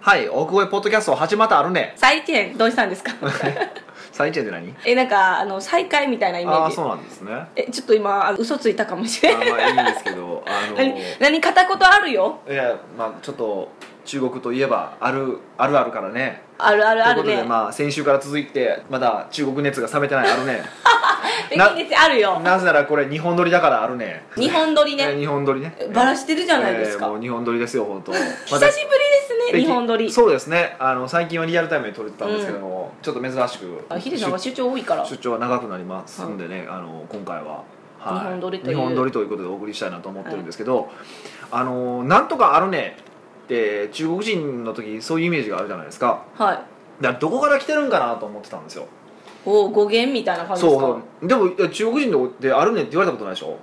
はい奥越ポッドキャスト始まったあるね再起点どうしたんで すか最低で何えなんかあの再開みたいなイメああーージそうなんですねあえちょっと今あの嘘ついたかもしれないーまあいいんですけどあの何 何片言あるよいやまあちょっと中国といえばあるあるあるからねあるあるあるということねでまあ先週から続いてまだ中国熱が冷めてないあるね えな近日あるよなぜならこれ日本撮りだからあるね日本撮りえーね日本撮りねバラしてるじゃないですえーかもう日本撮りですよ本当久久しぶりですね日本撮りそうですねあの最近はリアルタイムで撮れてたんですけども、ちょっと珍しあくヒデさんが出張多いから出張は長くなりますんでね、あの今回は、はい日本撮りという日本撮りということでお送りしたいなと思ってるんですけど、あのなんとかあるねって中国人の時そういうイメージがあるじゃないですかはだいからどこから来てるんかなと思ってたんですよおお語源みたいな感じですかそうでもいや中国人であるねって言われたことないでしょ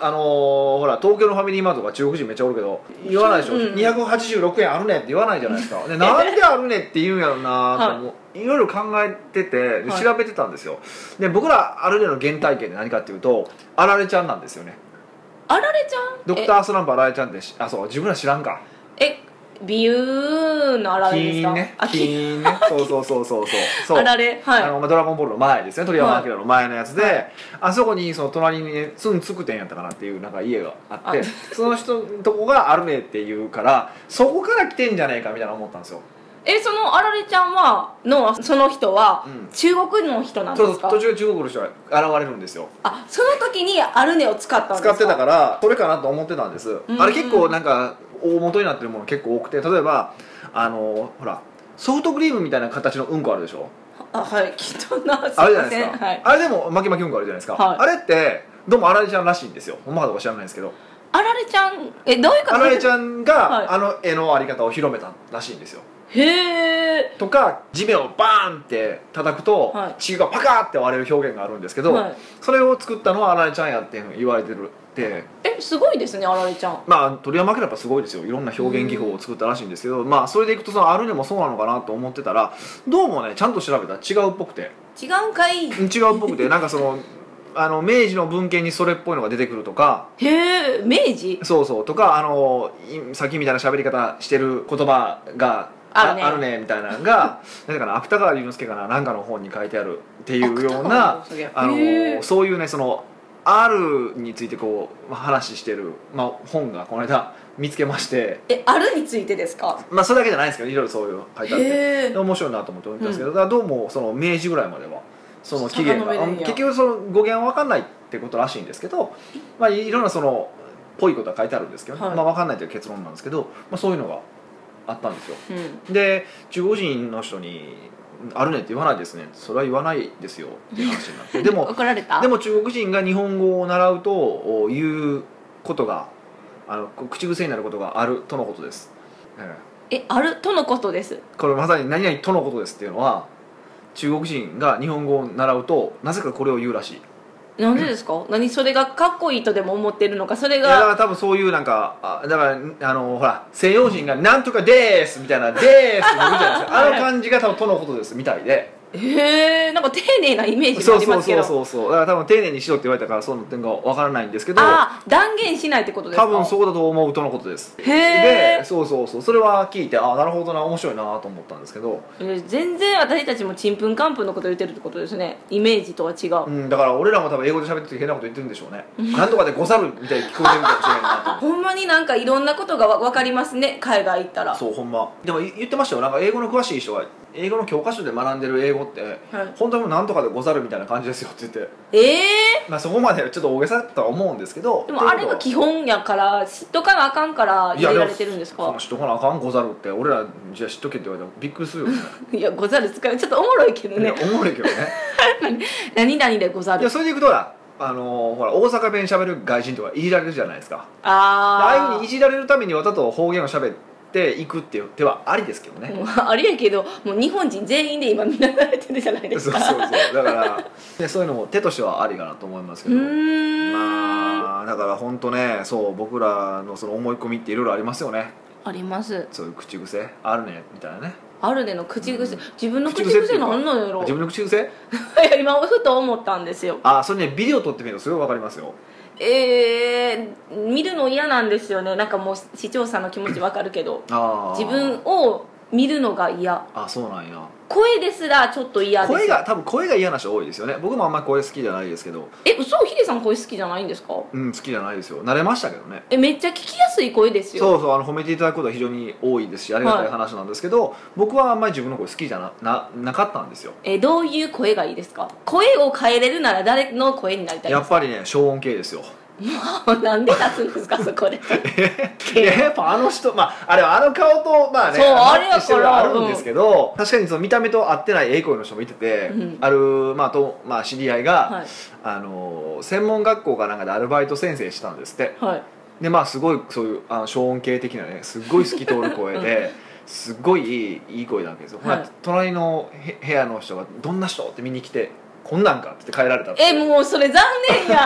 あのーほら東京のファミリーマートとか中国人めっちゃおるけど言わないでしょ、うん286円あるねって言わないじゃないです かでなんであるねって言うんやろうなと思う、い、ろいろ考えててではい調べてたんですよ、で僕らあるねの原体験って何かっていうとあられちゃんなんですよねあられちゃんドクタースランプあられちゃんってしあそう自分ら知らんかええ美容のあられです金かねあ金金ねそうそうそうそうそうそう あられはいあのまあドラゴンボールの前ですね鳥山明の前のやつで、あそこにその隣にねツンツク店やったかなっていうなんか家があってあその人のとこがあるねっていうからそこから来てんじゃねえかみたいな思ったんですよえそのあられちゃんはのその人はうん中国の人なんでそうそすか、う途中中国の人が現れるんですよあその時にアルネを使ったんです使かってたからそれかなと思ってたんです、うんあれ結構なんか大元になってるもの結構多くて例えばあのほらソフトクリームみたいな形のうんこあるでしょあはいきっとなすあれいじゃなまいでせすんか、はいあれでも負け負けうんこあるじゃないですか、はいあれってどうもあられちゃんらしいんですよほんまかどうか知らないですけどあられちゃんえどういうことあられちゃんが、はいあの絵のあり方を広めたらしいんですよへえとか地面をバーンって叩くと、はい血がパカーって割れる表現があるんですけど、はいそれを作ったのはあられちゃんやっていうふうに言われてるってえすごいですねあられちゃんまあ鳥山明やっぱすごいですよいろんな表現技法を作ったらしいんですけど、まあそれでいくとそのあるでもそうなのかなと思ってたらどうもねちゃんと調べたら違うっぽく て違うんかいうん違うっぽくてなんかそのあの明治の文献にそれっぽいのが出てくるとかへえ明治そうそうとかあのいさっきみたいな喋り方してる言葉があるねみたいなの がなんかな芥川龍之介かななんかの本に書いてあるっていうような芥川龍之介あへのーそういうねその「ある」についてこうまあ話してる、まあ、本がこの間見つけまして、えあるについてですかまあ、それだけじゃないんですけどいろいろそういうの書いてあって。へえ面白いなと思って見たんですけど、だからどうもその明治ぐらいまではその起源が遡れるんや結局その語源は分かんないってことらしいんですけど、まあ、いろんなそのぽいことは書いてあるんですけどね、はいまあ、分かんないという結論なんですけど、まあ、そういうのがあったんですようんで中国人の人に「あるね」って言わないですねそれは言わないですよっていう話になってで も怒られたでも中国人が日本語を習うとお言うことがあのこ口癖になることがあるとのことです、えええあるとのことですこれまさに「何々とのことです」っていうのは中国人が日本語を習うとなぜかこれを言うらしいいなんでですか、何それがかっこいいとでも思ってるのかそれやだかがら多分そういうなんかあだからあのほら西洋人が「なんとかです」みたい な「です」って言うじゃないですかあの感じが多分「とのことです」みたいでへえんか丁寧なイメージがそあうりそまうすそうけどそうそうだから多分丁寧にしろって言われたからその点がわからないんですけどああ断言しないってことですか多分そうだと思うとのことですへーでそうそうそうそれは聞いてあなるほどな面白いなと思ったんですけどえ全然私たちもちんぷんかんぷんのこと言ってるってことですねイメージとは違うう、んだから俺らも多分英語で喋ってて変なこと言ってるんでし ょうねなんとかでござるみたいに聞こえてるかもしれないなと思ってほんまになんかいろんなことがわ分かりますね海外行ったらそうほんまでもい言ってましたよなんか英語の詳しい人が英語の教科書で学んでる英語って、本当にもうなんとかでござるみたいな感じですよって言って、ええまあ、そこまでちょっと大げさだとは思うんですけどでもあれがってい基本やから知っとかなあかんからうの入はいれやられてるんですもそかの知っとかなあかんござるって俺らじゃあ知っとけって言われてもびっくりするよねいやござる使うちょっとおもろいけどいやねおもろいけ どね何々でございやるそれでいくとほらあのーほら大阪弁喋る外人とかいじられるじゃないですかああいうふあうにいーじられるためにわざと方言を喋っていくっていう手はありですけどね、もうあれやけどもう日本人全員で今見られてるじゃないでそすうかそうそうだから、ね、そういうのも手としてはありかなと思いますけうどーん、まあだから本当ねそう僕らのその思い込みっていろいろありますよねありますそういう口癖あるねみたいなねあるでの口癖、うん自分の口ってい癖うかなんなんやろ自分の口癖いや今ふと思ったんですよあそれねビデオ撮ってみるとすごいわかりますよえー、見るの嫌なんですよねなんかもう視聴者の気持ちわかるけどああ自分を見るのが嫌あそうなんや声ですらちょっと嫌です声が多分声が嫌な人多いですよね僕もあんまり声好きじゃないですけどえ嘘ヒデさん声好きじゃないんですかうん好きじゃないですよ慣れましたけどねえめっちゃ聞きやすい声ですよそうそうあの褒めていただくことは非常に多いですしありがたい話なんですけど、僕はあんまり自分の声好きじゃなななかったんですよえどういう声がいいですか声を変えれるなら誰の声になりたいやでっすぱりね消音系ですよか なんで立つんですか そこでいややっぱあの人まああれはあの顔とまあねそうマッあれやからチしてるのはあるんですけど、確かにその見た目と合ってないええ声の人もいてて、うんある、まあとまあ、知り合いが、はいあの専門学校かなんかでアルバイト先生したんですってはいでまあすごいそういうあの消音系的なねすっごい透き通る声で、すっごいいいいい声なわけですよ、ほなはい隣のへ部屋の人が「どんな人?」って見に来て「こんなんか」って言って帰られたってえもうそれ残念や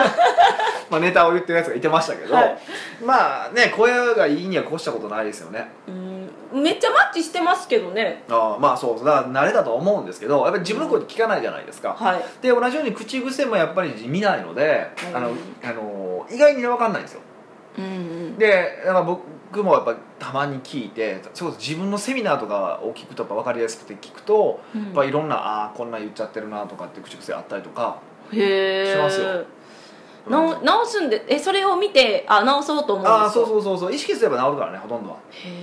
まあ、ネタを言ってるやつがいてましたけど、はいまあね声がいいには越したことないですよねうんめっちゃマッチしてますけどねああまあそうそうだから慣れだと思うんですけどやっぱり自分の声って聞かないじゃないですか、はいで同じように口癖もやっぱり見ないので、うんあのあの意外に分かんないんですようんうんでなんか僕もやっぱたまに聞いてそれこそ自分のセミナーとかを聞くとやっぱ分かりやすくて聞くとやっぱいろんな「ああーこんなん言っちゃってるな」とかって口癖あったりとか、へえしますよ直直すんでえそれを見てあ直そうと思うんですかああそうそうそうそう意識すれば治るからねほとんどは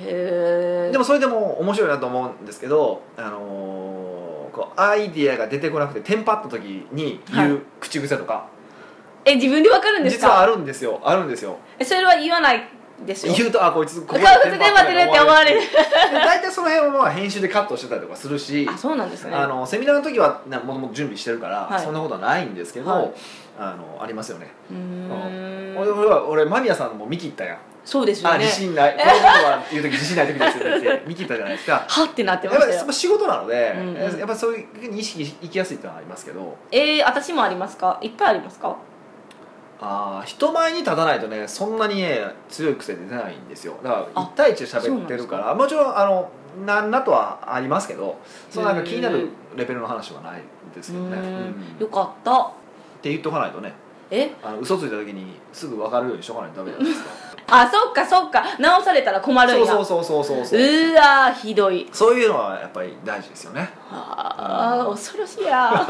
へえでもそれでも面白いなと思うんですけど、あのーこうアイディアが出てこなくてテンパった時に言う口癖とか、え自分でわかるんです実はかあるんですよあるんですよえそれは言わないですよ言うとあこいつこここいつで待ってるって思われるで大体その辺はまあ編集でカットしてたりとかするしあそうなんですねあのセミナーの時はなもともと準備してるから、はいそんなことはないんですけど、はいあのありますよね、うー俺ん俺は俺間宮さんも見切ったやん、そうですよあね自信 ないこのことは言う時自信ない時ですよねって見切ったじゃないですかは ってなってやまっぱしたりやっよぱ仕事なので、うんうんやっぱそういうふうに意識いきやすいっていうのはありますけどえー、私もありますかいっぱいありますかあー人前に立たないとねそんなにね強い癖出ないんですよだからあ1対1で喋ってるからもちろんあのなんなとはありますけどそのなんか気になるレベルの話はないですけどね、うーんうんよっかったて言っとかないとねえあの嘘ついた時にすぐ分かるようにしとかないとダメじゃないですかあそっかそっか直されたら困るんそうやそうそうそうそううそうーわーひどいそういうのはやっぱり大事ですよねあー恐ろしいや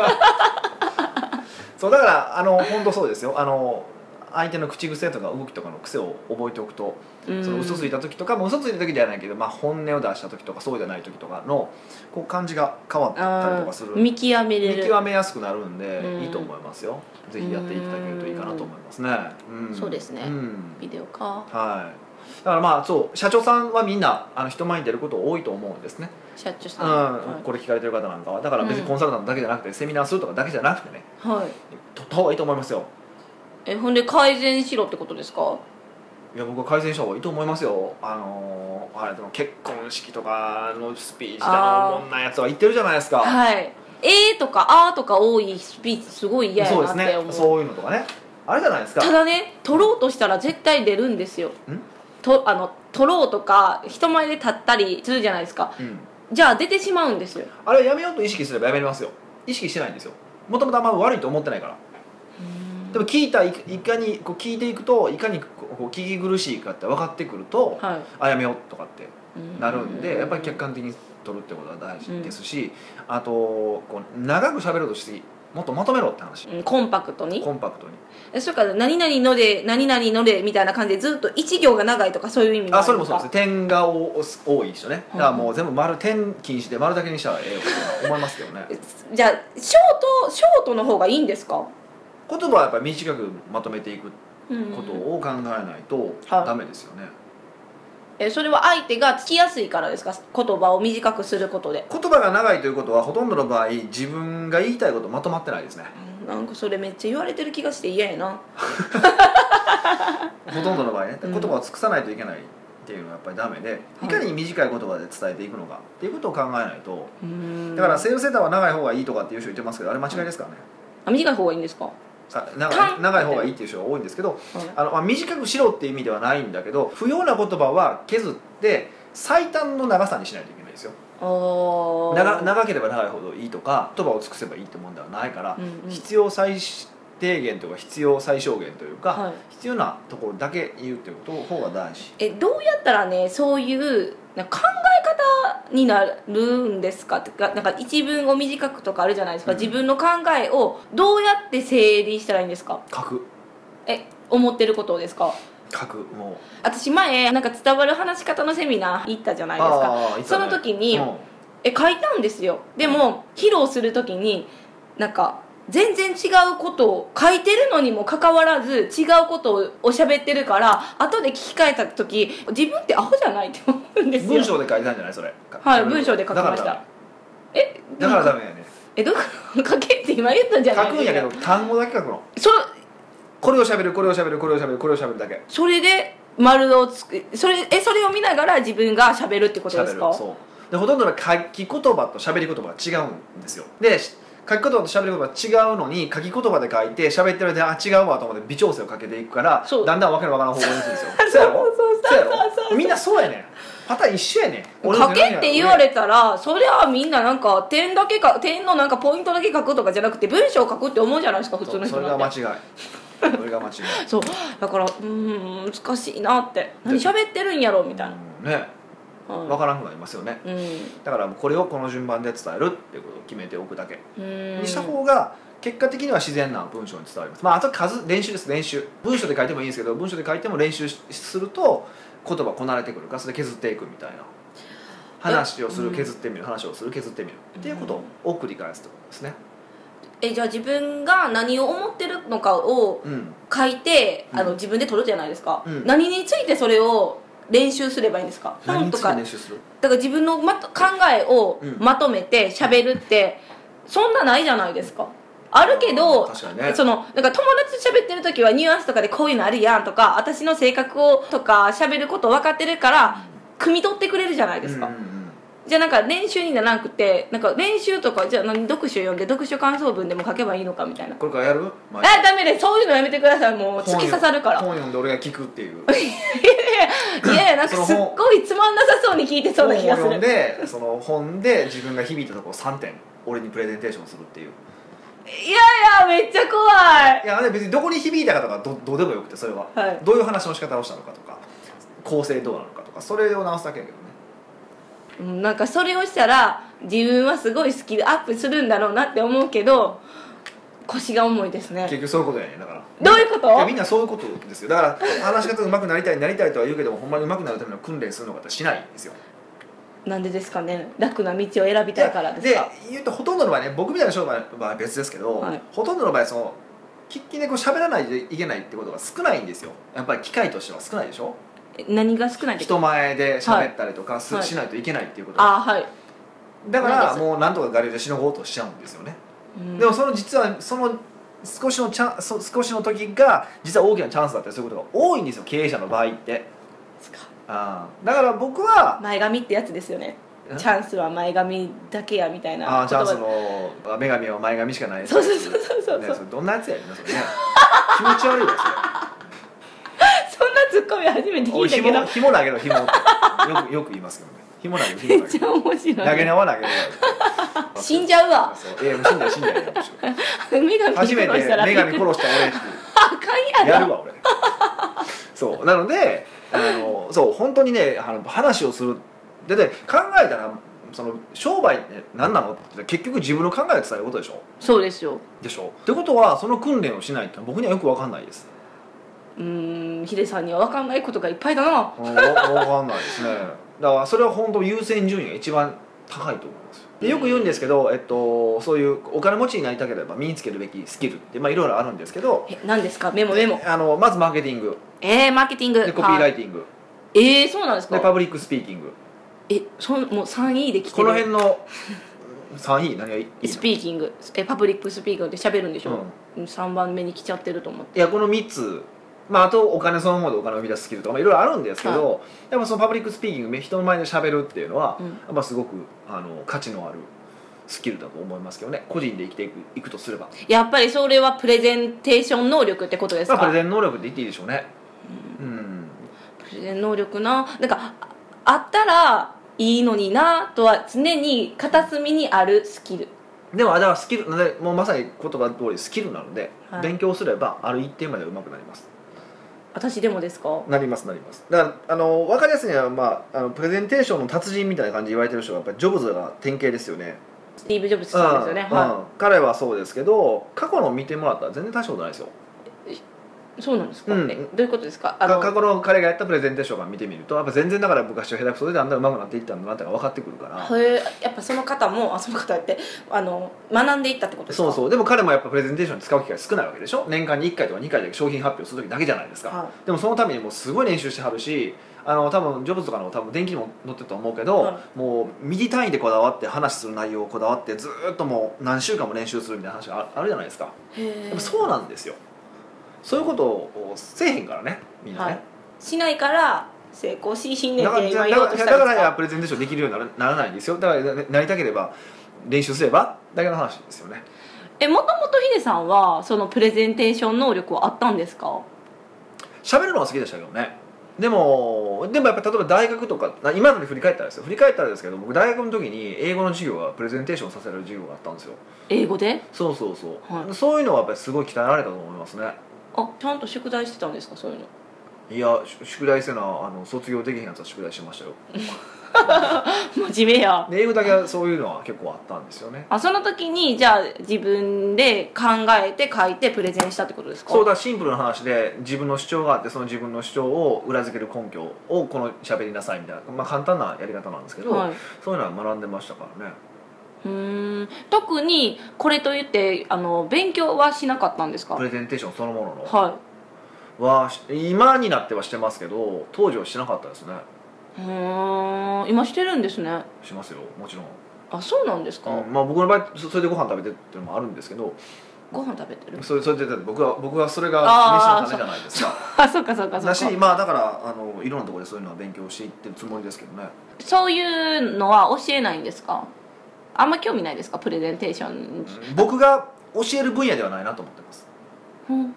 そうだからあの本当そうですよあの相手の口癖とか動きとかの癖を覚えておくとそその嘘ついた時とかもう嘘ついた時ではないけど、まあ、本音を出した時とかそうじゃない時とかのこう感じが変わったりとかする見見極めれる極めやすくなるんでうんいいと思いますよぜひやっていただけるといいかなと思いますね、うん、そうですねんビデオかはいだからまあそう社長さんはみんなあの人前に出ること多いと思うんですね、社長さうんんはこれ聞かれてる方なんかはだから別にコンサルタントだけじゃなくて、セミナーするとかだけじゃなくてねい、はい、取った方がいいと思いますよえほんで改善しろってことですかいや僕は改善した方がいいと思いますよあのーあれでも結婚式とかのスピーチだあーのおもんないやつは言ってるじゃないですか、はいえーとかあーとか多いスピーチすごい嫌やそうでなすってね思うそういうのとかねあれじゃないですかただね取ろうとしたら絶対出るんですよとあの取ろうとか人前で立ったりするじゃないですかうんじゃあ出てしまうんですよあれはやめようと意識すればやめれますよ意識してないんですよもともとあんま悪いと思ってないからでも聞いたいいかにこう聞いていくといかにこうこう聞き苦しいかって分かってくると、はあやめようとかっていなるんでやっぱり客観的に取るってことは大事ですし、あとこう長く喋ろうとしすぎもっとまとめろって話うんコンパクトにコンパクトにえそれから何々ので何々のでみたいな感じでずっと一行が長いとかそういう意味もあるそれもそうのでかす点が多多い人ねだからもう全部丸点禁止で丸だけにしたらええよと思いますけどねじゃあショートショートの方がいいんですか 言葉はやっぱり短くまとめていくことうんを考えないとはいダメですよね、えそれは相手がつきやすいからですか言葉を短くすることで言葉が長いということはほとんどの場合自分が言いたいことまとまってないですねなんかそれめっちゃ言われてる気がして嫌やなほとんどの場合ねう言ん葉を尽くさないといけないっていうのはやっぱりダメでいいかに短い言葉で伝えていくのかっていうことを考えないとだだからセールセンターは長い方がいいとかっていう人言ってますけどあれ間違いですからね短い方がいいんですか、あ長かい長い方がいいっていう人が多いんですけどはいあのまあ、短くしろっていう意味ではないんだけど不要な言葉は削って最短の長さにしないといけないですよあー長長ければ長いほどいいとか言葉を尽くせばいいってもんではないから、うんうん必要最低限とか必要最小限というか、はい必要なところだけ言うっていうことの方が大事えどうやったらねそういうなんか考方になるんですかってかなんか一文を短くとかあるじゃないですか、うん自分の考えをどうやって整理したらいいんですか書くえ思ってることをですか書くもう私前なんか伝わる話し方のセミナー行ったじゃないですかあーいつそだねの時に、うんえ書いたんですよでも披露する時になんか全然違うことを書いてるのにもかかわらず違うことをおしゃべってるから後で聞き返った時自分ってアホじゃないって思うんですよ文章で書いてたんじゃないそれはい文章で書きましだからたえだからダメやねえどこ書けって今言ったじゃ書ないくんやけど単語だけ書くのそこれをしゃべるこれをしゃべるこれをしゃべるこれをしゃべるだけそれで丸をつくそれえそれを見ながら自分がしゃべるってこしとゃでべするかそうでほとんどの書き言葉としゃべり言葉が違うんですよでし書き言葉としゃべり言葉が違うのに書き言葉で書いてしゃべってる間あ違うわと思って微調整をかけていくからそうだんだんわけのわからん方向に行くんですよそうやろ そうそうやろみんなそうやねんパターン一緒やねん俺書のけって言わ俺れたらそりゃあみんななんか点だけか点のなんかポイントだけ書くとかじゃなくて文章を書くって思うじゃないですか普通のそうそれ人がなん間違いて それが間違いそうだからうーん難しいなって何喋ってるんやろみたいな、うんねうんわからなくなりますよねうんだからもうこれをこの順番で伝えるっていうことを決めておくだけうんにした方が結果的には自然な文章に伝わりますまああと数練習です練習文章で書いてもいいんですけど文章で書いても練習しすると言葉こなれてくるからそれで削っていくみたいな話をすうるん削ってみる話をする削ってみるっていうことを繰り返すってことですねえじゃあ自分が何を思ってるのかをうん書いてあうのん自分で取るじゃないですか、うん何についてそれを練習すればいいんですか何本にとついかて練習するだから自分のまと考えをうんまとめて喋るって、そんなないじゃないですかあるけど確かにねそのなんか友達と喋ってる時はニュアンスとかでこういうのあるやんとか私の性格をとか喋ること分かってるから汲み取ってくれるじゃないですか、うんうんうんじゃあなんか練習にならなくてなんか練習とかじゃあ何読書読んで読書感想文でも書けばいいのかみたいなこれからやる毎日あダメですそういうのやめてくださいもう突き刺さるから本読んで俺が聞くっていういやいやなんかそのすっ本ごいつまんなさそうに聞いて そうな気がす本を読んるでその本で自分が響いたところ3点俺にプレゼンテーションするっていういやいやめっちゃ怖いいやね別にどこに響いたかとかどどうでもよくてそれは、はいどういう話の仕方をしたのかとか構成どうなのかとかそれを直すだけやけどねうんなんかそれをしたら自分はすごいスキルアップするんだろうなって思うけど腰が重いですね結局そういうことやねだからどういうこといやみんなそういうことですよだから話し方上手くなりたいなりたいとは言うけどもほんまに上手くなるための訓練するのかってしないんですよなんでですかね楽な道を選びたいからですでか言うとほとんどの場合ね僕みたいな商売の場合は別ですけど、はいほとんどの場合その喫緊でこう喋らないといけないってことが少ないんですよやっぱり機会としては少ないでしょえ何が少ないって人前で喋ったりとかす、はいしないといけないっていうことがああはい、だかないらですもうなんとか我流でしのごうとしちゃうんですよねうんでもその実はその少しのチャンそ少しの時が実は大きなチャンスだったりすることが多いんですよ経営者の場合ってですかあーだから僕は前髪ってやつですよねえチャンスは前髪だけやみたいなあーチャンスの女神は前髪しかないそうそうそうそうそうねそれどんなやつやねんなそれね気持ち悪いですそんなツッコミ初めてよお聞いいたけど紐めっ紐投げろ紐ってよく よく言いますけどね紐投げろ紐投げち ろゃ面投げ白い縄投げ縄死んじゃうわそういやもう死んじゃう死んじゃうやめましょう女神初めて殺したら女神殺した俺っていうあかん ややろるわ俺そうなのであのそう本当にねあの話をするでで考えたらその商売って何なのって結局自分の考えを伝えることでしょそうですよでしょってことはその訓練をしないと僕にはよく分かんないですうーんヒデさんには分かんないことがいっぱいだな分かんないですね だからそれは本当優先順位が一番高いと思いますでよく言うんですけど、えっと、そういうお金持ちになりたければ身につけるべきスキルって、まあ、いろいろあるんですけどえ何ですかメモメモあのまずマーケティングえー、マーケティングでコピーラはいイティングえー、そうなんですでかパブリックスピーキングえそんもう 3E で来てるこの辺の3位何がいいのスピーキングえパブリックスピーキングで喋るんでしょ、う3番目に来ちゃってると思っていやこの3つ、まあ、あとお金そのものでお金を生み出すスキルとかまあいろいろあるんですけど、やっぱそのパブリックスピーキング人の前で喋るっていうのは、うんやっぱすごくあの価値のあるスキルだと思いますけどね個人で生きていくいくとすれば、やっぱりそれはプレゼンテーション能力ってことですまか、あ、プレゼン能力で言っていいでしょうねうん、プレゼン能力ななんかああったらいいのになとは常に片隅にあるスキルでもあれはスキルねもうまさに言葉通りスキルなので、はい勉強すればある一定まで上手くなります私でもですかなりますなりますだからあの分かりやすいのは、まあ、あのプレゼンテーションの達人みたいな感じで言われてる人がやっぱりジョブズが典型ですよねスティーブ・ジョブズさんですよねうんはうん彼はそうですけど過去の見てもらったら全然大したことないですよいそうなんですか、うんえどういうことですかあかの過去の彼がやったプレゼンテーションが見てみるとやっぱ全然だから昔は下手くそであんな上手くなっていったんだなってのが分かってくるからへえやっぱその方もあその方ってあの学んでいったってことですかそううそうでも彼もやっぱプレゼンテーションに使う機会少ないわけでしょ年間に1回とか2回で商品発表する時だけじゃないですか、はでもそのためにもうすごい練習してはるしあの多分ジョブズとかの多分電気にも載ってると思うけど、はもうミリ単位でこだわって話する内容をこだわってずーっともう何週間も練習するみたいな話がああるじゃないですかいへやっえぱそうなんですよそういうことをせえへんからねみんなね、はいしないから成功しひんねんだかっらてじゃ今あだ言おかうとらだしたかんでらすやかプレゼンテーションできるようにならならないんですよだからななりたければ練習すればだけの話ですよねえもともとヒデさんはそのプレゼンテーション能力はあったんですか喋るのは好きでしたけどねでもでもやっぱ例えば大学とかな今まで振り返ったらですよ振り返ったらですけど僕大学の時に英語の授業はプレゼンテーションさせられる授業があったんですよ英語でそうそうそう、はいそういうのはやっぱりすごい鍛えられたと思いますねあちゃんと宿題してたんですかそういうのいやし宿題せなあの卒業できへんやつは宿題してましたよ真面目やで英語だけはそういうのは結構あったんですよねあその時にじゃあ自分で考えて書いてプレゼンしたってことですかそうだシンプルな話で自分の主張があってその自分の主張を裏付ける根拠をこの喋りなさいみたいな、まあ、簡単なやり方なんですけど、はい、そういうのは学んでましたからねうーん特にこれといってあの勉強はしなかったんですかプはレゼンテーションそのもののいはし今になってはしてますけど当時はしてなかったですねうーん今してるんですねしますよもちろん、あそうなんですか、うんまあ、僕の場合そそれでご飯食べてっていうのもあるんですけどご飯食べてる それそれでだって僕は僕はそれがあ飯ーの種じゃないですかあそうかそうかそうだしかまあだからあのいろんなところでそういうのは勉強していってるつもりですけどねそういうのは教えないんですかあんま興味ないですかプレゼンテーションに、僕が教える分野ではないなと思ってますううんん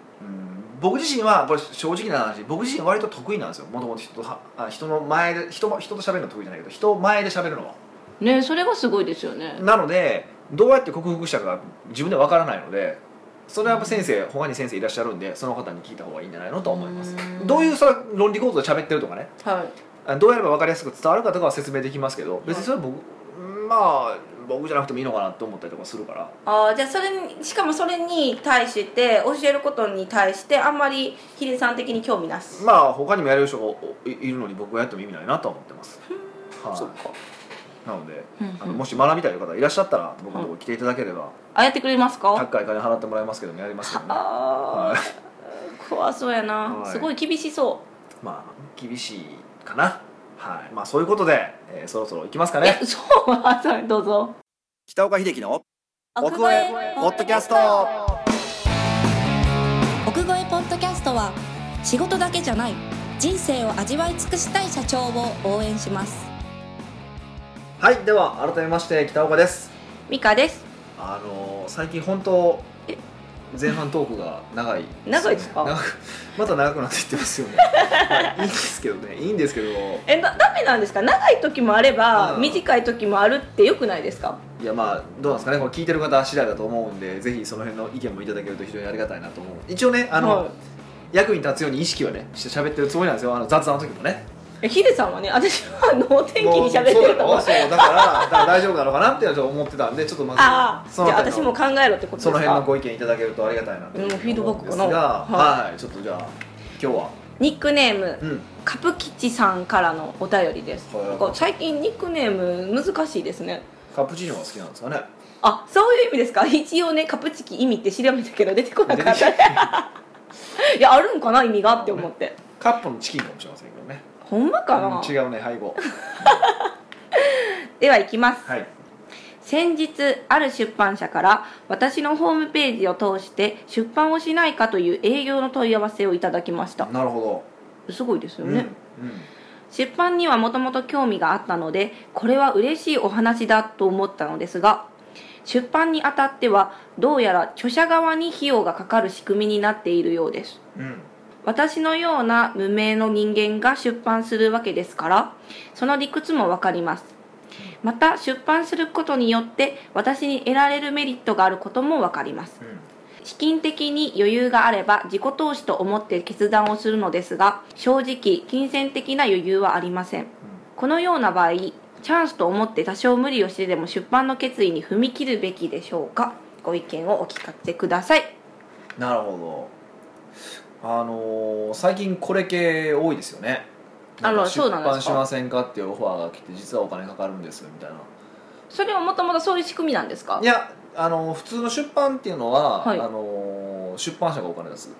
僕自身はこれ正直な話僕自身割と得意なんですよもともと人とはあ人の前で人も人と喋るの得意じゃないけど人前で喋るのはねそれがすごいですよねなのでどうやって克服したか自分では分からないのでそれはやっぱ先生他に先生いらっしゃるんでその方に聞いた方がいいんじゃないのとは思いますうんどういうそれは論理構造で喋ってるとかねはいあどうやれば分かりやすく伝わるかとかは説明できますけど別にそれは僕まあ僕じゃなくてもいいのかなと思ったりとかするからあーじゃあそれにしかもそれに対して教えることに対してあんまりヒデさん的に興味なし、まあ他にもやれる人がおいいるのに僕がやっても意味ないなとは思ってます、はいそっかなので、うんうんあのもし学びたい方いらっしゃったら僕のところ来ていただければ、あやってくれますか高い金払ってもらいますけどもやりますけどねあはいー怖そうやな、はいすごい厳しそまあ厳しいかなはいまあそういうことで、えーそろそろ行きますかうえねそう ははいどうぞ北岡秀樹の奥越えポッドキャスト奥越えポッドキャストは仕事だけじゃない人生を味わい尽くしたい社長を応援しますはいでは改めまして北岡ですミカですあのー最近本当え前半トークが長い、長いですか長くまた長くなっていってますよ ね、はい、いいんですけどねいいんですけどえだダメなんですか長い時もあれば、うん短い時もあるってよくないですかいやまあどうなんですかねこれ聞いてる方次第だと思うんでぜひその辺の意見もいただけると非常にありがたいなと思う一応ねあの、はい役に立つように意識はねして喋ってるつもりなんですよあの雑談の時もねえヒデさんはね私は脳天気に喋ってるとも思ううそうだろそうだからだから大丈夫なのかなっていうのはちょっと思ってたんでちょっとまずああじそゃのあ辺私のも考えろってことですかその辺のご意見いただけるとありがたいなとうんフィードバックかな思うんですがははい、ちょっとじゃあ今日はニックネーム、うんカプキチさんからのお便りです、はいなんか最近ニックネーム難しいですねカプチーノが好きなんですかねあそういう意味ですか一応ねカプチキ意味って調べたけど出てこなかったね いやあるんかな意味がって思ってカップのチキンかもしれませんけどねほんまかな、うん違うね配合ではいきますはい先日ある出版社から私のホームページを通して出版をしないかという営業の問い合わせをいただきましたなるほすごいですどよね、うんうん出版にはもともと興味があったのでこれは嬉しいお話だと思ったのですが出版にあたってはどうやら著者側に費用がかかる仕組みになっているようですうん私のような無名の人間が出版するわけですからその理屈もわかりますまた出版することによって私に得られるメリットがあることもわかりますうん資金的に余裕があれば自己投資と思って決断をするのですが正直金銭的な余裕はありませんこのような場合チャンスと思って多少無理をしてでも出版の決意に踏み切るべきでしょうかご意見をお聞かせくださいなるほどあのー最近これ系多いですよねあらなんかそうなんで出すか版しませんかっていうオファーが来て実はお金かかるんですみたいなそれはもともとそういう仕組みなんですかいやあのー普通の出版っていうのは、はいあのー出版社がお金出す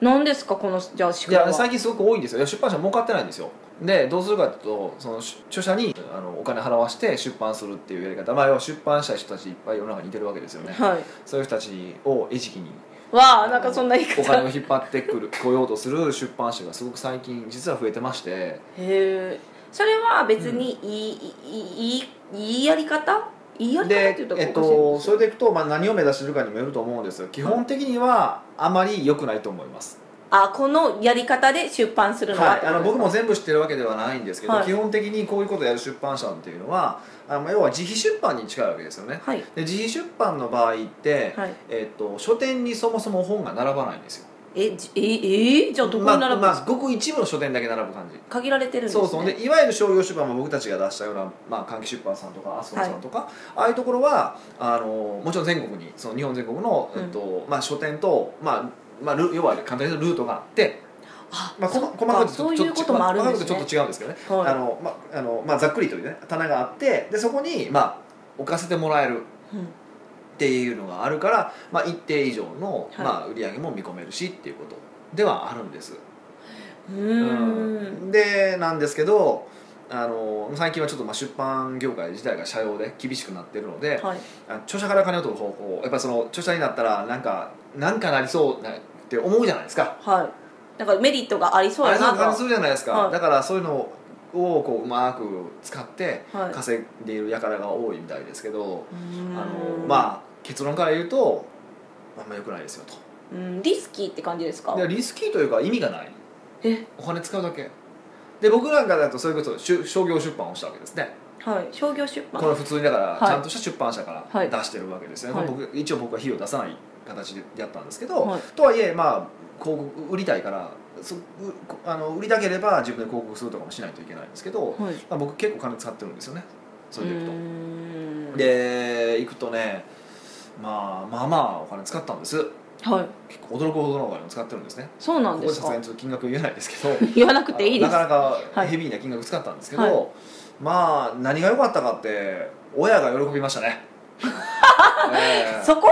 何ですかこのじゃあい仕組みやは最近すごく多いんですよいや出版社儲かってないんですよでどうするかというとその出著者にあのお金払わして出版するっていうやり方まあ要は出版社の人たちいっぱい世の中にいてるわけですよねはいそういう人たちを餌食にわあなんかそんな言いお金方をへ引っ張ってくる 来ようとする出版社がすごく最近実は増えてましてえそれは別にいい、いいいいいいやり方いいやり方ってで言うとおかえしいっんでと、すそよれでいくと、まあ、何を目指してるかにもよると思うんですよ基本的にはあまり良くないと思います、あこのやり方で出版するのは、はい、あの僕も全部知ってるわけではないんですけど、はい基本的にこういうことをやる出版社っていうのはあの要は自費出版に近いわけですよねはいで自費出版の場合って、はいえっと、書店にそもそも本が並ばないんですよえじええじゃあどこに並ぶんですか、まあまあ、ごく一部の書店だけ並ぶ感じ限られてるんですねそうそうでいわゆる商業出版も僕たちが出したような、まあ、換気出版さんとかアストンさんとか、ああいうところはあのもちろん全国にその日本全国の、うんえっとまあ、書店と、まあまあ、ル要は簡単に言うとルートがあって、あまあ、こそまっ細かくそうちょいうっことちょもあまるんで細すかねくとちょっと違うんですけどね、はあいのまああのまあ、ざっくりというね棚があってでそこに、まあ、置かせてもらえるうんっていうのがあるから、まあ、一定以上の、はいまあ、売り上げも見込めるしっていうことではあるんです。うーんでなんですけどあの最近はちょっとまあ出版業界自体が社用で厳しくなってるので、はいあの著者から金を取る方向やっぱりその著者になったらなんかなんかなりそうなって思うじゃないですかはいなんかメリットがありそうあやれなそとう感じするじゃないですか、はいだからそういうのをこううまく使ってはい稼いでいる輩が多いみたいですけど、うーんあのまあ結論から言うとあんま良くないですよと。うんリスキーって感じですかでリスキーというか意味がないえお金使うだけで僕なんかだとそれこそしゅ商業出版をしたわけですねはい商業出版これ普通にだからはちいゃんとした出版社かはらい出してるわけですよね、はいこれ僕一応僕は費用出さない形でやったんですけど、はいとはいえまあ広告売りたいからそううこあの売りたければ自分で広告するとかもしないといけないんですけど、はいまあ、僕結構金使ってるんですよねそれでいくうーと。んで行くとね、まあ、まあまあお金使ったんですはい結構驚くほどのお金を使ってるんですねそうなこんこでですさすかがにちょっと金額言えないですけど言わなくていいでなすかなはかいヘビーな金額使ったんですけど、はいまあ何が良かったかって親が喜びました ね、ええそこ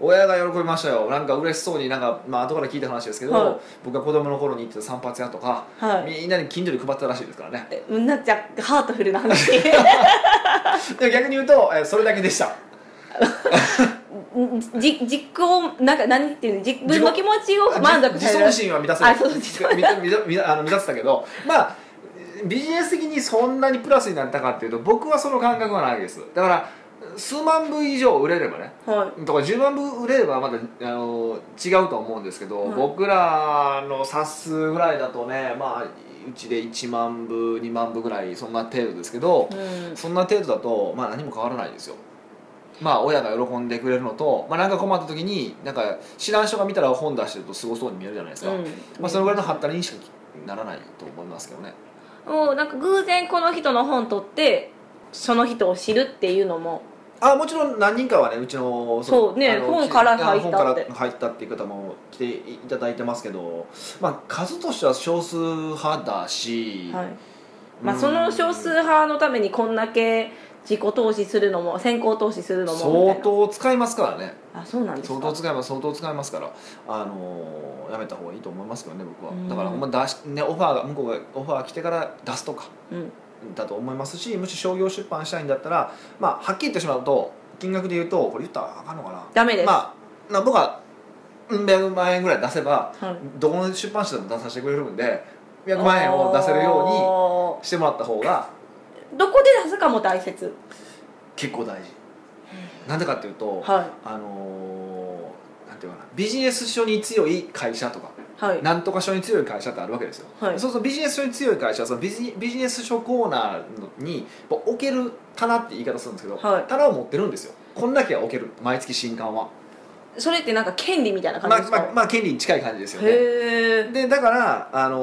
親が喜びましたよなんか嬉しそうになんか、まあ後から聞いた話ですけど、はい僕が子供の頃に行ってた散髪屋とか、はいみんなに近所に配ってたらしいですからねえなっちゃハートフルな話 でも逆に言うと、えーそれだけでしたじ実行なんか何っていうの自分の気持ちを満足自さ自れ尊心るは満たあそうそうせる満た満た満たあの満たせたけどまあビジネス的にそんなにプラスになったかっていうと僕はその感覚はないですだから数万部以上売れればねはいとか10万部売れればまだあの違うと思うんですけど、はい僕らの冊数ぐらいだとねまあうちで1万部2万部ぐらいそんな程度ですけど、うんそんな程度だとまあ何も変わらないですよまあ親が喜んでくれるのと、まあ、なんか困った時になんか知らん人が見たら本出してるとすごそうに見えるじゃないですか、うんまあ、そのぐらいのハったりにしかならないと思いますけどねもうなんか偶然この人の本取ってその人を知るっていうのもあもちろん何人かはねうちのそうねあの本からうちあ入ったっての本から入ったっていう方も来ていただいてますけど、まあ、数としては少数派だし、はいまあ、うんその少数派のためにこんだけ自己投資するのも先行投資するのもみ相たいな当使いますからねあそうなんです相当か使います相当使いますからあのーやめた方がいいと思いますけどね僕はうんだからほんま出し、ね、オファーが向こうがオファー来てから出すとかうんだと思いますしもし商業出版したいんだったら、まあ、はっきり言ってしまうと金額で言うとこれ言ったらあかんのかなダメです、まあ、な僕は100万円ぐらい出せばはいどこの出版社でも出させてくれるんで100万円を出せるようおにしてもらった方がーどこで出すかも大切結構大事なんでかっていうと、はあのーなんていうかなビジネス書に強い会社とかいはいなんとか書に強い会社ってあるわけですよ、はいそうするとビジネス書に強い会社はそのビジネビジネス書コーナーにやっぱ置ける棚って言い方するんですけど、はい棚を持ってるんですよこんだけは置ける毎月新刊はそれってなんか権利みたいな感まじあですか、まあまあ権利に近い感じですよねへえでだから、あの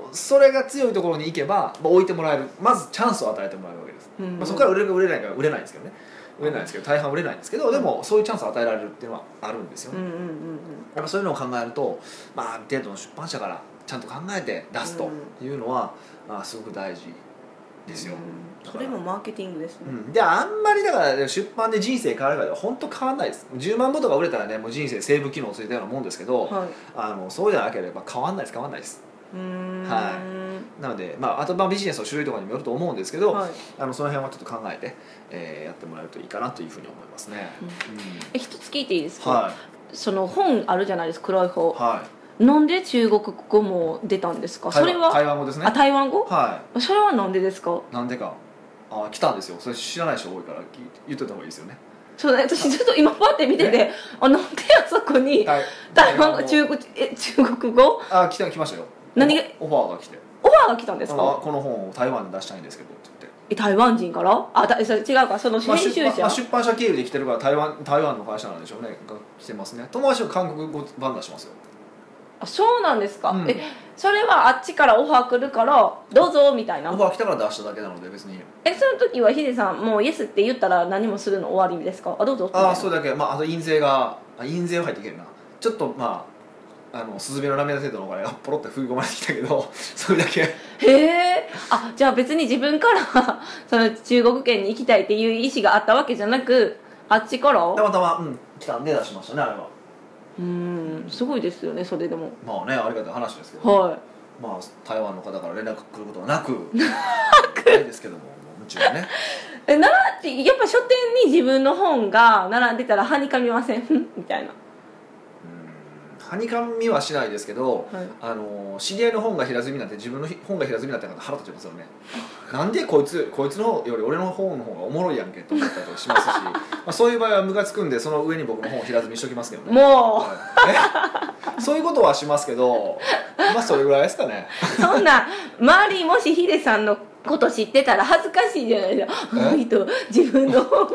ーそれが強いところに行けば、まあ、置いてもらえるまずチャンスを与えてもらえるわけです、うんまあ、そこから売れるか売れないかは売れないんですけどね売れないんですけど大半売れないんですけどでもそういうチャンスを与えられるっていうのはあるんですようね、んうんうんうんやっぱそういうのを考えると、まあ、ある程度の出版社からちゃんと考えて出すというのは、まあ、すごく大事ですよ、うんそれもマーケティングですね、うん、であんまりだから出版で人生変わるかでは本当変わんないです10万部とか売れたらねもう人生セーブ機能ついたようなもんですけど、はいあのそうじゃなければ変わんないです変わんないですうーんはなので、まあ、あとまあビジネスの種類とかにもよると思うんですけど、はいあのその辺はちょっと考えて、えーやってもらえるといいかなというふうに思いますね、うんうえ一つ聞いていいですか、ん、はその本あるじゃないですか黒いい方はなんで中国語も出たんですかいそれは台湾台湾語ですねあ台湾語はそれはなんでですかいなんでかあ来たんですよそれ知らない人多いから聞いて言っといた方がいいですよねそうね私ちょっと今パッて見ててあなんであそこに台台湾語中国え中国語あ来た来ましたよ何がオファーが来てオファーが来たんですあかこの本を台湾で出したいんですけどって言ってえ台湾人からあだそれ違うかそのまあ編出集版ま者あ出版社経由で来てるから台湾台湾の会社なんでしょうねが来てますね友達は韓国語版出しますよあそうなんですか、うんえそれはあっちからオファー来るからどうぞみたいオなファー来たから出しただけなので別にえその時はヒデさんもうイエスって言ったら何もするの終わりですかあどうぞああそううだけまああと印税があ印税は入っていけるなちょっとまああのスズメの涙程度のお金が ポロって振り込まれてきたけどそれだけへえあじゃあ別に自分から その中国圏に行きたいっていう意思があったわけじゃなくあっちからたまたまうん来たんで出しましたねあれはうんすごいですよねそれでもまあねありがたい話ですけどはまあ台湾の方から連絡来ることはな くないですけどももちろんねいえ並んでやっぱ書店に自分の本が並んでたらはにかみません みたいなうんはにかみはしないですけど、はいあの知り合いの本が平積みなんて自分の本が平積みなんてなんか腹立ちますよねなんでこいつこいつのより俺の本の方がおもろいやんけと思ったりし ますしまあそういう場合はムカつくんでその上に僕の本を平積みしときますけどねもはいえ そういうことはしますけどまあそれぐらいですかねうそんな周りもしヒデさんのこと知ってたら恥ずかしいじゃないですかえあの人自分の本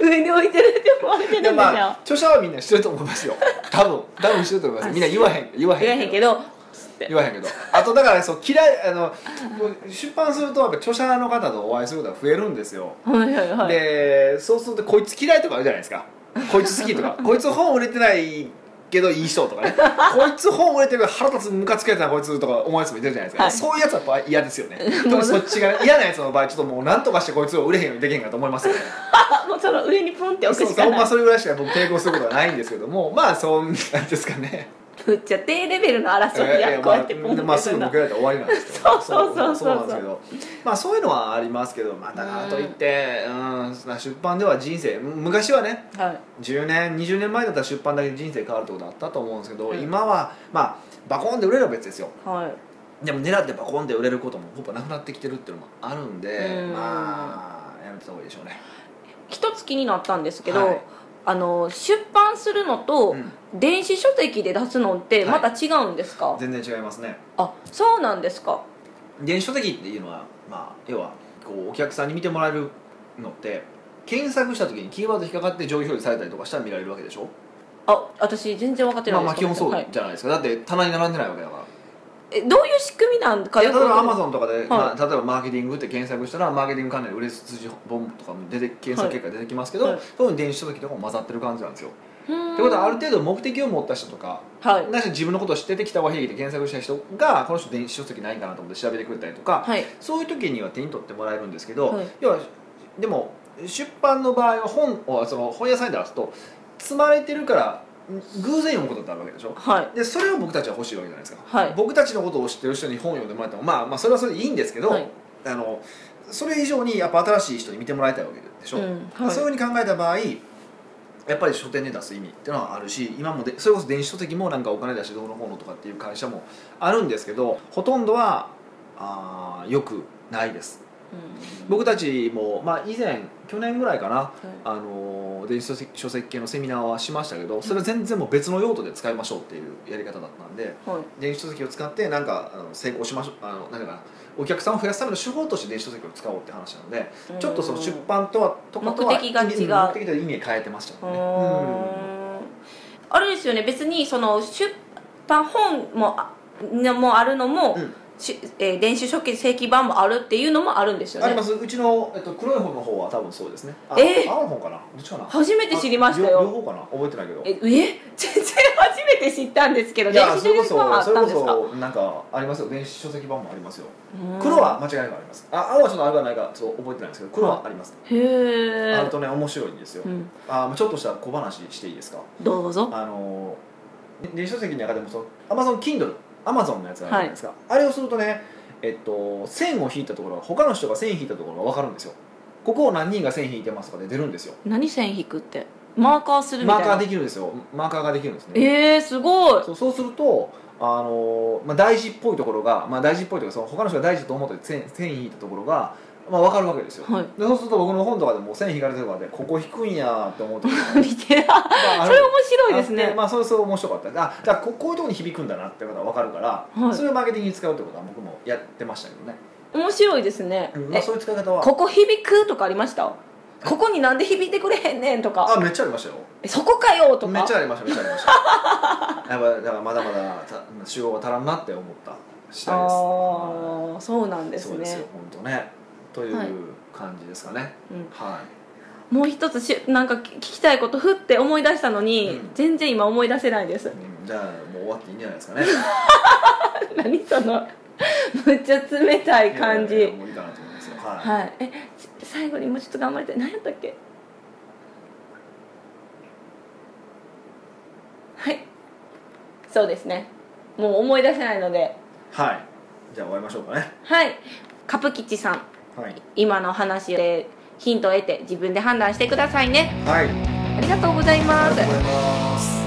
上に置いてるって思われてるんでですよ、まあ著者はみんなしてると思いますよ多分多分してると思いますみんな言わへん言わ言わへへんんけど言わへんけどあとだからそう嫌いあの出版するとやっぱ著者の方とお会いすることが増えるんですよはいはいはいでそうするとこいつ嫌いとかあるじゃないですかこいつ好きとかこいつ本売れてないけどいい人とかねこいつ本売れてるけど腹立つムカつけてたこいつとか思うやつもいてるじゃないですか、はいそういうやつはやっぱ嫌ですよね特にそっちが嫌なやつの場合ちょっともう何とかしてこいつを売れへんようにできへんかと思いますよねあもうその上にポンって置そくうしそかうまなあいそれぐらいしか僕抵抗することはないんですけどもまあそんなんですかねむっちゃ低レベルの争いえやえこうやってポンっまてあ、まあ、すぐ僕らやったら終わりなんですけどそうそうそうそうそうなんですけどまあそういうのはありますけどまあだからといってうん出版では人生昔はねはい10年20年前だったら出版だけで人生変わるってことあったと思うんですけど、うん今はまあバコンで売れれば別ですよはいでも狙ってバコンで売れることもほぼなくなってきてるっていうのもあるんでうんまあやめた方がいいでしょうね一つ気になったんですけど、はいあの出版するのとうん電子書籍で出すのってまた違うんですか、全然違いますねあそうなんですか電子書籍っていうのはまあ要はこうお客さんに見てもらえるのって検索した時にキーワード引っかかって上位表示されたりとかしたら見られるわけでしょあ私全然分かってまなあいでますあ基本そはういじゃないですか、だって棚に並んでないわけだからえどういう仕組みなんか例えよくばアわかマんないゾンとかで、まあ、例えばマーケティングって検索したらマーケティング関連の売れ筋本とかも出て検索結果出てきますけど、はいそういうのに電子書籍とかも混ざってる感じなんですよ。うーんってことはある程度目的を持った人とかはいなし自分のことを知ってて北は平気で検索した人がこの人電子書籍ないかなと思って調べてくれたりとか、はいそういう時には手に取ってもらえるんですけど、はい要はでも出版の場合は本をその本屋さんで出すと積まれてるから偶然読むことってあるわけでしょ。はいでそれを僕たちは欲しいわけじゃないですか、はい僕たちのことを知ってる人に本読んでもらっても、まあ、まあそれはそれでいいんですけど、はいあのそれ以上にやっぱ新しい人に見てもらいたいわけでしょ、うんはいそういうふうに考えた場合やっぱり書店で出す意味っていうのはあるし今もでそれこそ電子書籍もなんかお金出してどうのこうのとかっていう会社もあるんですけどほとんどはあよくないですうん僕たちも、まあ、以前去年ぐらいかなはいあの電子書籍書籍系のセミナーはしましたけどそれは全然もう別の用途で使いましょうっていうやり方だったんではい電子書籍を使ってなんかあの成功しましょうあの何だかなお客さんを増やすための手法として電子書籍を使おうって話なのでちょっとその出版とはとかとは目的が違う意味目的と意味が変えてましたうもんね。ーんあれですよね別にその出版本もあもあるのも、うんしえー電子書籍正規版もあるっていうのもあるんですよねありますうちの、えっと、黒い方の方は多分そうですねあえー青の方かなどっちかな初めて知りましたあ両よ両方かな覚えてないけどええ 全然初めて知ったんですけどい電や子それこ書籍版もあそっそれたんこですかそなんかありますよ電子書籍版もありますようん黒は間違いなくありますあ青はちょっとあれはないかちょっと覚えてないんですけど黒はありますへえあるとね面白いんですようん、あちょっとした小話していいですかどうぞあの電子書籍の中でもそのアマゾン Kindle アマゾンのやつがあるじゃないですか、あれをするとね、えっと、線を引いたところが他の人が線引いたところが分かるんですよここを何人が線引いてますとかで出るんですよ何線引くってマーカーするみたいマなーカーできるんですよマーカーができるんですねえー、すごいそうそうするとあの、まあ、大事っぽいところが、まあ、大事っぽいというかその他の人が大事と思って線線引いたところが、まあ、分かるわけですよ、はい でそうすると僕の本とかでも線引かれてるからでここ引くんやって思うところが見てあまああ そるれ面白いですあっねてまあ、それそれ面白かったですあだからここういうところに響くんだなってことが分かるから、はいそれをマーケティングに使うってことは僕もやってましたけどね、面白いですね、うんまあ、えそういう使い方はここ響くとかありましたここになんで響いてくれへんねんとかあめっちゃありましたよえそこかよとかめっちゃありましためっちゃありました やっぱだからまだまだた手法が足らんなって思った次第ですああそうなんですそうねですよ本当ねというはい感じですかねうんはもう一つしなんか聞きたいことふって思い出したのに、うん全然今思い出せないです い、うんじゃあもう終わっていいんじゃないですかね何その むっちゃ冷たい感じいやいやいやもういいかなと思いますよはい、はいえち最後にもうちょっと頑張りたい何やったっけはいそうですねもう思い出せないのではい、じゃあ終わりましょうかねはいカプキチさんはい、今の話でヒントを得て自分で判断してくださいねはい、ありありがとうございますがとうございます